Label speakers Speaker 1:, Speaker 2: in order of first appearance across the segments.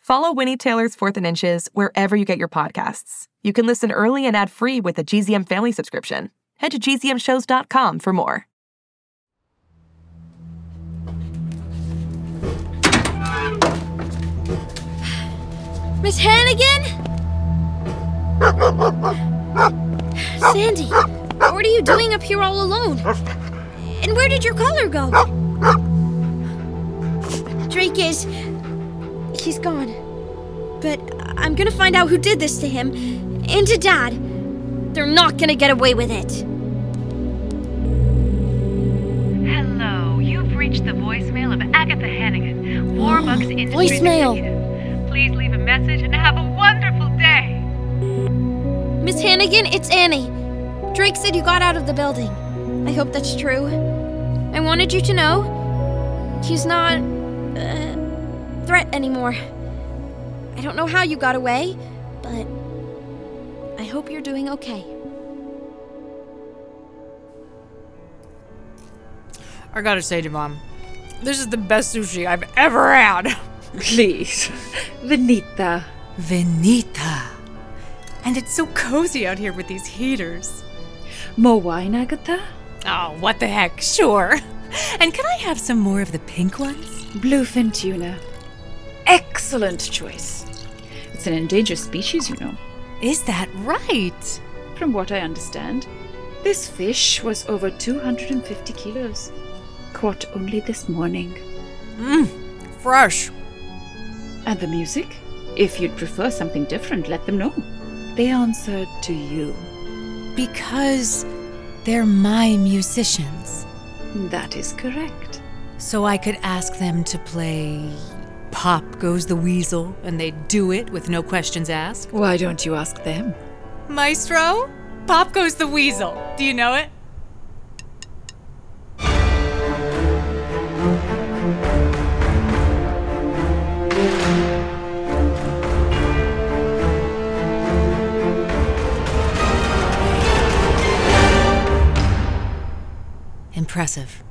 Speaker 1: Follow Winnie Taylor's Fourth and Inches wherever you get your podcasts. You can listen early and ad free with a GZM family subscription. Head to gzmshows.com for more.
Speaker 2: Miss Hannigan? Sandy, what are you doing up here all alone? And where did your collar go? Drake is. He's gone. But I'm gonna find out who did this to him and to Dad. They're not gonna get away with it.
Speaker 3: Hello, you've reached the voicemail of Agatha Hannigan, Warbucks Industries
Speaker 2: voicemail.
Speaker 3: executive. Please leave a message and have a wonderful day.
Speaker 2: Miss Hannigan, it's Annie. Drake said you got out of the building. I hope that's true. I wanted you to know he's not uh, threat anymore. I don't know how you got away, but I hope you're doing okay.
Speaker 4: I gotta say to mom, this is the best sushi I've ever had.
Speaker 5: Please, Venita.
Speaker 4: Venita. And it's so cozy out here with these heaters.
Speaker 5: More wine, Agatha?
Speaker 4: Oh, what the heck, sure. And can I have some more of the pink ones?
Speaker 5: Bluefin tuna. Excellent choice. It's an endangered species, you know.
Speaker 4: Is that right?
Speaker 5: From what I understand, this fish was over 250 kilos. Caught only this morning.
Speaker 4: Mm, Fresh.
Speaker 5: And the music? If you'd prefer something different, let them know. They answer to you.
Speaker 6: Because they're my musicians.
Speaker 5: That is correct.
Speaker 6: So I could ask them to play Pop Goes the Weasel, and they'd do it with no questions asked.
Speaker 5: Why don't you ask them?
Speaker 4: Maestro? Pop goes the weasel. Do you know it?
Speaker 6: Impressive.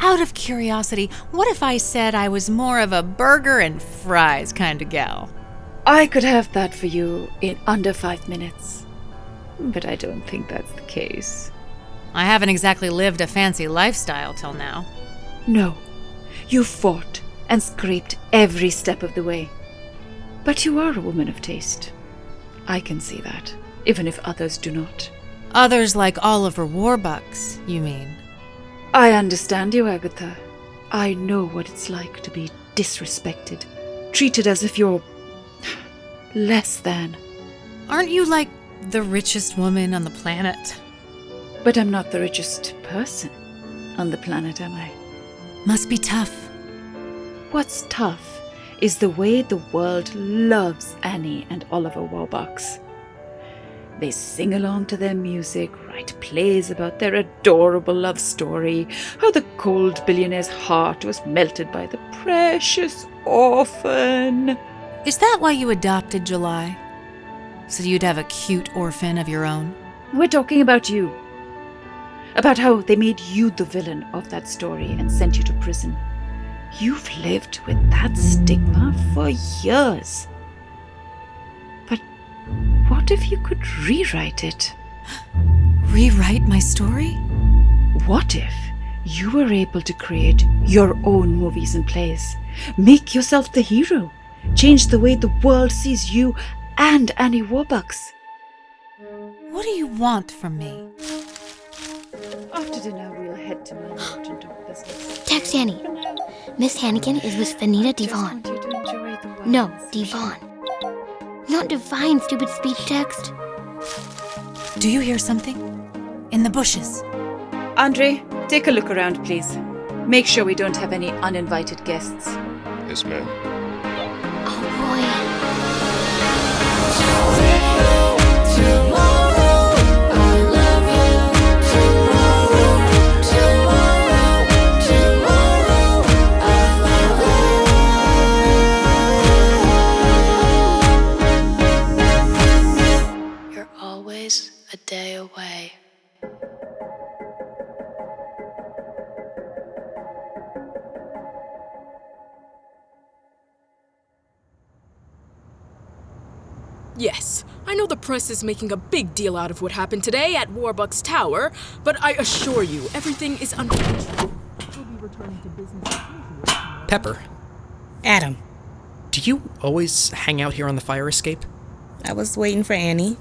Speaker 6: Out of curiosity, what if I said I was more of a burger and fries kind of gal?
Speaker 5: I could have that for you in under five minutes. But I don't think that's the case.
Speaker 6: I haven't exactly lived a fancy lifestyle till now.
Speaker 5: No, you fought and scraped every step of the way. But you are a woman of taste. I can see that, even if others do not.
Speaker 6: Others like Oliver Warbucks, you mean?
Speaker 5: I understand you, Agatha. I know what it's like to be disrespected, treated as if you're less than.
Speaker 6: Aren't you like the richest woman on the planet?
Speaker 5: But I'm not the richest person on the planet, am I?
Speaker 6: Must be tough.
Speaker 5: What's tough is the way the world loves Annie and Oliver Warbucks. They sing along to their music, write plays about their adorable love story, how the cold billionaire's heart was melted by the precious orphan.
Speaker 6: Is that why you adopted July? So you'd have a cute orphan of your own?
Speaker 5: We're talking about you. About how they made you the villain of that story and sent you to prison. You've lived with that stigma for years. But what if you could rewrite it?
Speaker 6: Rewrite my story?
Speaker 5: What if you were able to create your own movies and plays? Make yourself the hero. Change the way the world sees you and Annie Warbucks.
Speaker 6: What do you want from me?
Speaker 5: After dinner, we'll head to my lodge and talk business.
Speaker 2: Text Annie.
Speaker 5: For now,
Speaker 2: Miss Hannigan is with
Speaker 5: I
Speaker 2: Vanita
Speaker 5: just
Speaker 2: Devon.
Speaker 5: want you to enjoy the wine
Speaker 2: No,
Speaker 5: and sushi.
Speaker 2: Devon. Not divine, stupid speech text.
Speaker 6: Do you hear something? In the bushes.
Speaker 5: Andre, take a look around, please. Make sure we don't have any uninvited guests.
Speaker 7: Yes, ma'am.
Speaker 2: Oh boy.
Speaker 7: Yes, I know the press is making a big deal out of what happened today at Warbucks Tower, but I assure you, everything is under control. We'll be returning to business as usual.
Speaker 8: Pepper,
Speaker 9: Adam,
Speaker 8: do you always hang out here on the fire escape?
Speaker 9: I was waiting for Annie.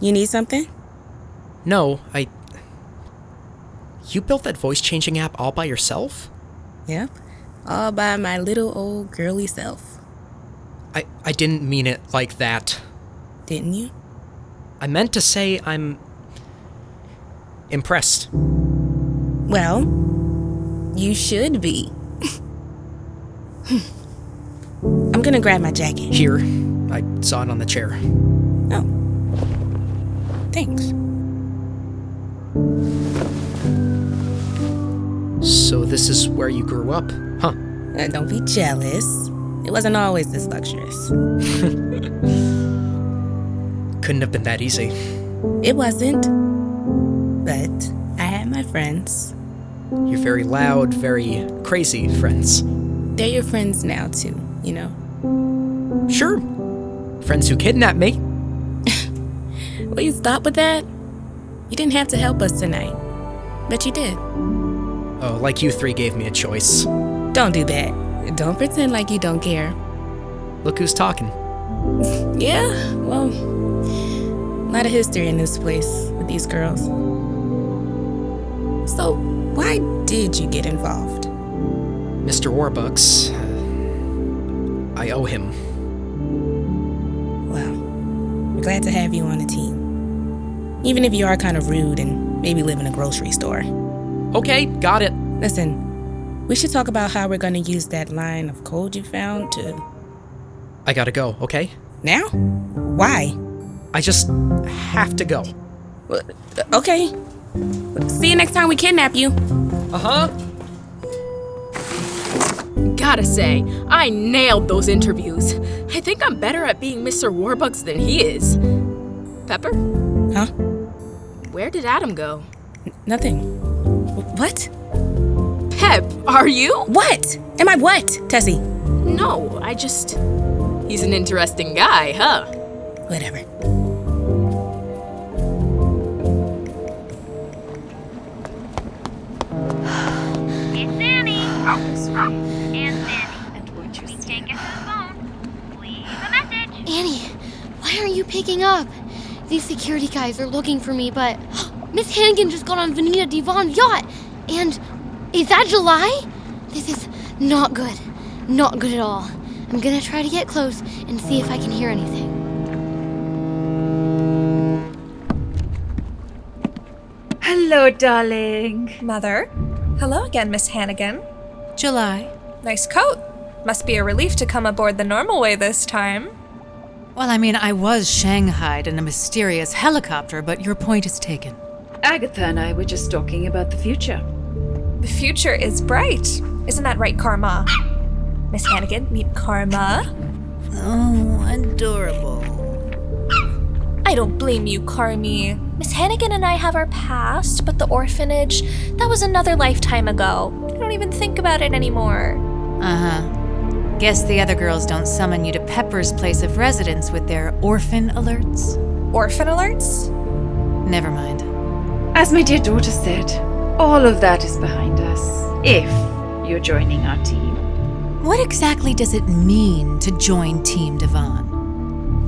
Speaker 9: You need something?
Speaker 8: No, I. You built that voice changing app all by yourself?
Speaker 9: Yep. All by my little old girly self.
Speaker 8: I, I didn't mean it like that.
Speaker 9: Didn't you?
Speaker 8: I meant to say I'm. impressed.
Speaker 9: Well, you should be. I'm gonna grab my jacket.
Speaker 8: Here, I saw it on the chair.
Speaker 9: Oh. Thanks.
Speaker 8: So, this is where you grew up, huh?
Speaker 9: Uh, don't be jealous. It wasn't always this luxurious.
Speaker 8: Couldn't have been that easy.
Speaker 9: It wasn't. But I had my friends.
Speaker 8: You're very loud, very crazy friends.
Speaker 9: They're your friends now, too, you know?
Speaker 8: Sure. Friends who kidnapped me.
Speaker 9: Will you stop with that? You didn't have to help us tonight, but you did.
Speaker 8: Oh, like you three gave me a choice.
Speaker 9: Don't do that. Don't pretend like you don't care.
Speaker 8: Look who's talking.
Speaker 9: Yeah, well, a lot of history in this place with these girls. So, why did you get involved?
Speaker 8: Mr. Warbucks. uh, I owe him.
Speaker 9: Well, we're glad to have you on the team. Even if you are kind of rude and maybe live in a grocery store.
Speaker 8: Okay, got it.
Speaker 9: Listen, we should talk about how we're going to use that line of code you found to.
Speaker 8: I gotta go, okay?
Speaker 9: Now? Why?
Speaker 8: I just have to go.
Speaker 9: Well, Okay. See you next time we kidnap you.
Speaker 8: Uh huh.
Speaker 7: Gotta say, I nailed those interviews. I think I'm better at being Mr. Warbucks than he is. Pepper?
Speaker 9: Huh?
Speaker 7: Where did Adam go?
Speaker 9: Nothing. Wh- What?
Speaker 7: Pep, are you?
Speaker 9: What? Am I what, Tessie?
Speaker 7: No, I just. He's an interesting guy, huh?
Speaker 9: Whatever.
Speaker 3: It's Annie. And Benny. We can't get to the phone. Leave a message.
Speaker 2: Annie, why aren't you picking up? These security guys are looking for me, but Miss Hannigan just got on Vanita Devon's yacht. And is that July? This is not good. Not good at all. I'm gonna try to get close and see if I can hear anything.
Speaker 5: Hello, darling.
Speaker 4: Mother? Hello again, Miss Hannigan.
Speaker 6: July.
Speaker 4: Nice coat. Must be a relief to come aboard the normal way this time.
Speaker 6: Well, I mean, I was shanghaied in a mysterious helicopter, but your point is taken.
Speaker 5: Agatha and I were just talking about the future.
Speaker 4: The future is bright. Isn't that right, Karma? Miss Hannigan, meet Karma.
Speaker 6: Oh, adorable.
Speaker 4: I don't blame you, Carmi. Miss Hannigan and I have our past, but the orphanage, that was another lifetime ago. I don't even think about it anymore.
Speaker 6: Uh huh. Guess the other girls don't summon you to Pepper's place of residence with their orphan alerts?
Speaker 4: Orphan alerts?
Speaker 6: Never mind.
Speaker 5: As my dear daughter said, all of that is behind us. If you're joining our team.
Speaker 6: What exactly does it mean to join Team Devon?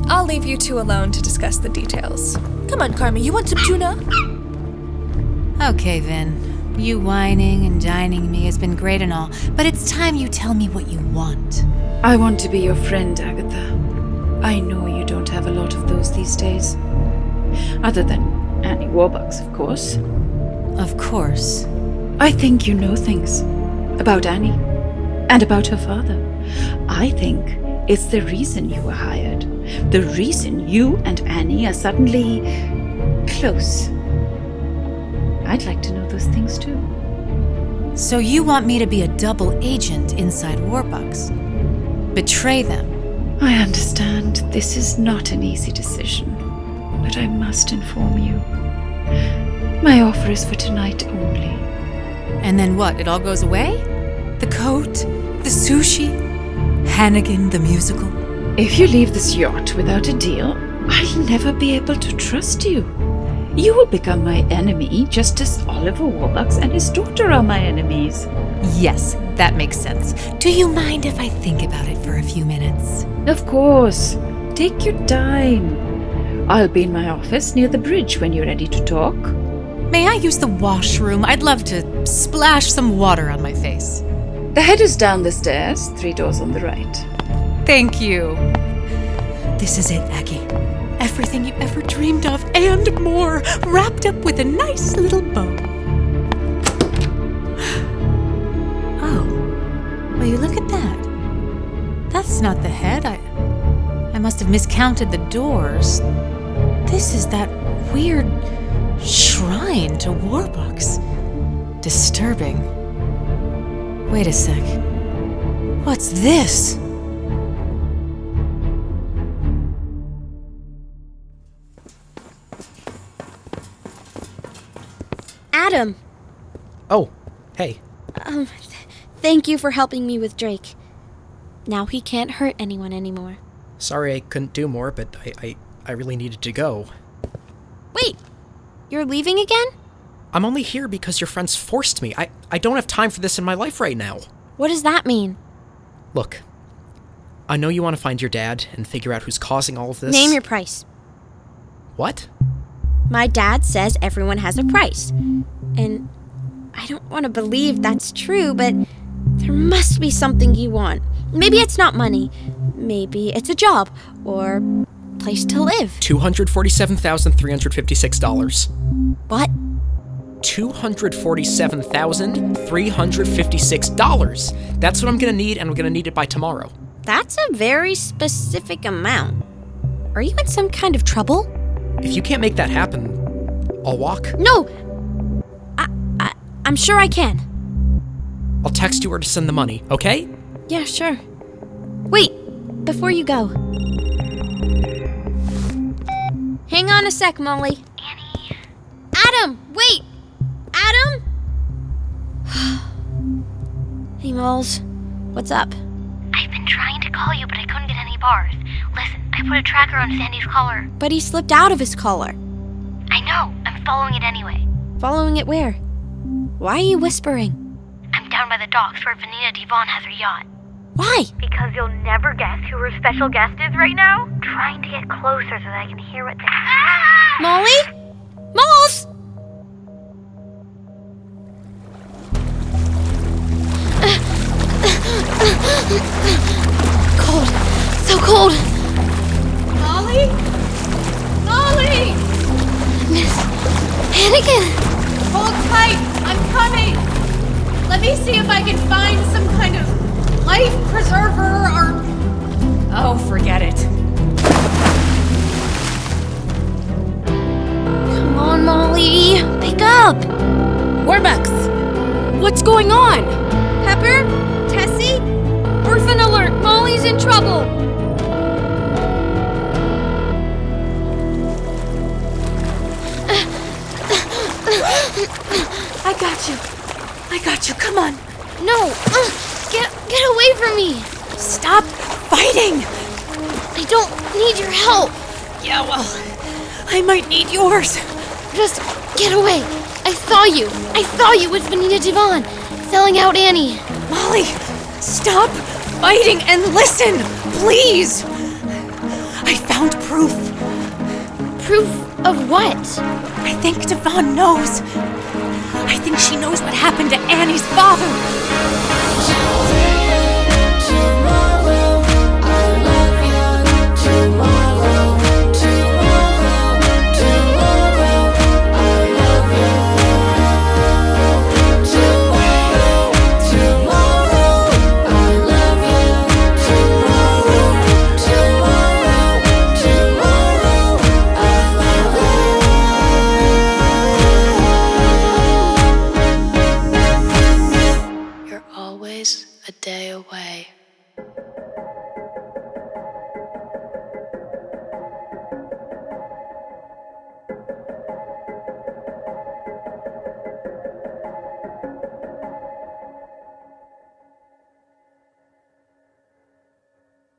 Speaker 4: I'll leave you two alone to discuss the details. Come on, Carmi, you want some tuna?
Speaker 6: Okay, then. You whining and dining me has been great and all, but it's time you tell me what you want.
Speaker 5: I want to be your friend, Agatha. I know you don't have a lot of those these days. Other than Annie Warbucks, of course.
Speaker 6: Of course.
Speaker 5: I think you know things about Annie and about her father. I think it's the reason you were hired. The reason you and Annie are suddenly close. I'd like to know those things too.
Speaker 6: So you want me to be a double agent inside Warbucks? Betray them?
Speaker 5: I understand this is not an easy decision, but I must inform you. My offer is for tonight only.
Speaker 6: And then what? It all goes away? The coat? The sushi? Hannigan the musical?
Speaker 5: If you leave this yacht without a deal, I'll never be able to trust you. You will become my enemy just as Oliver Warbucks and his daughter are my enemies.
Speaker 6: Yes, that makes sense. Do you mind if I think about it for a few minutes?
Speaker 5: Of course. Take your time. I'll be in my office near the bridge when you're ready to talk.
Speaker 6: May I use the washroom? I'd love to splash some water on my face.
Speaker 5: The head is down the stairs, three doors on the right.
Speaker 6: Thank you. This is it, Aggie. Everything you ever dreamed of and more, wrapped up with a nice little bow. Oh, will you look at that? That's not the head. I, I must have miscounted the doors. This is that weird shrine to Warbucks. Disturbing. Wait a sec. What's this?
Speaker 2: Adam,
Speaker 8: Oh, hey.
Speaker 2: um, th- thank you for helping me with Drake. Now he can't hurt anyone anymore.
Speaker 8: Sorry I couldn't do more, but I, I, I really needed to go.
Speaker 2: Wait, you're leaving again?
Speaker 8: I'm only here because your friends forced me. I, I don't have time for this in my life right now.
Speaker 2: What does that mean?
Speaker 8: Look, I know you want to find your dad and figure out who's causing all of this.
Speaker 2: Name your price.
Speaker 8: What?
Speaker 2: My dad says everyone has a price. And I don't want to believe that's true, but there must be something you want. Maybe it's not money. Maybe it's a job or place to live.
Speaker 8: $247,356.
Speaker 2: What?
Speaker 8: $247,356. That's what I'm gonna need, and I'm gonna need it by tomorrow.
Speaker 2: That's a very specific amount. Are you in some kind of trouble?
Speaker 8: If you can't make that happen, I'll walk.
Speaker 2: No. I, I I'm sure I can.
Speaker 8: I'll text you or to send the money, okay?
Speaker 2: Yeah, sure. Wait, before you go. Hang on a sec, Molly. Adam, wait! Adam? hey, Moles. What's up?
Speaker 3: I've been trying to call you, but I couldn't get any bars. Listen, I put a tracker on Sandy's collar.
Speaker 2: But he slipped out of his collar.
Speaker 3: I know. I'm following it anyway.
Speaker 2: Following it where? Why are you whispering?
Speaker 3: I'm down by the docks where Vanina Devon has her yacht.
Speaker 2: Why?
Speaker 3: Because you'll never guess who her special guest is right now? Trying to get closer so that I can hear what they.
Speaker 2: Molly? Moles! Cold. So cold. Molly? Molly! Miss Hannigan!
Speaker 6: Hold tight! I'm coming! Let me see if I can find some kind of life preserver or. Oh, forget it.
Speaker 2: Come on, Molly. Pick up.
Speaker 9: Warbucks!
Speaker 7: What's going on?
Speaker 2: Pepper? Tessie? Orphan alert! Molly's in trouble!
Speaker 6: I got you. I got you. Come on.
Speaker 2: No! Ugh. Get, get away from me!
Speaker 6: Stop fighting!
Speaker 2: I don't need your help!
Speaker 6: Yeah, well, I might need yours.
Speaker 2: Just get away! I saw you! I saw you with Vanina Devon! Selling out Annie!
Speaker 6: Molly, stop fighting and listen, please. I found proof.
Speaker 2: Proof of what?
Speaker 6: I think Devon knows. I think she knows what happened to Annie's father.
Speaker 10: You're always a day away.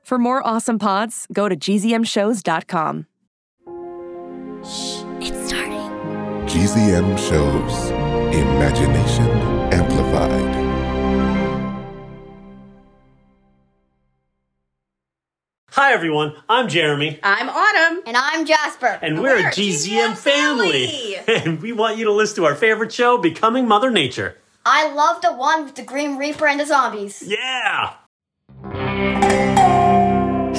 Speaker 1: For more awesome pods, go to gzmshows.com.
Speaker 4: It's starting.
Speaker 11: GZM shows Imagination Amplified.
Speaker 12: Hi, everyone. I'm Jeremy.
Speaker 13: I'm Autumn.
Speaker 14: And I'm Jasper.
Speaker 12: And we're, a GZM, family. and we want you to listen to our favorite show, Becoming Mother Nature.
Speaker 14: I love the one with the Green Reaper and the zombies.
Speaker 12: Yeah!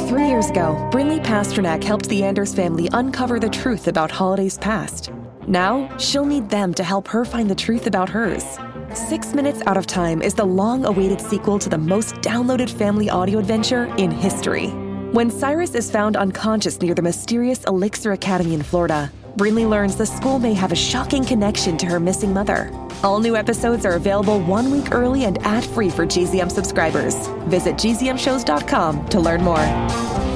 Speaker 1: Three years ago, Brinley Pasternak helped the Anders family uncover the truth about Holiday's past. Now, she'll need them to help her find the truth about hers. Six Minutes Out of Time is the long awaited sequel to the most downloaded family audio adventure in history. When Cyrus is found unconscious near the mysterious Elixir Academy in Florida, Brinley learns the school may have a shocking connection to her missing mother. All new episodes are available one week early and ad free for GZM subscribers. Visit gzmshows.com to learn more.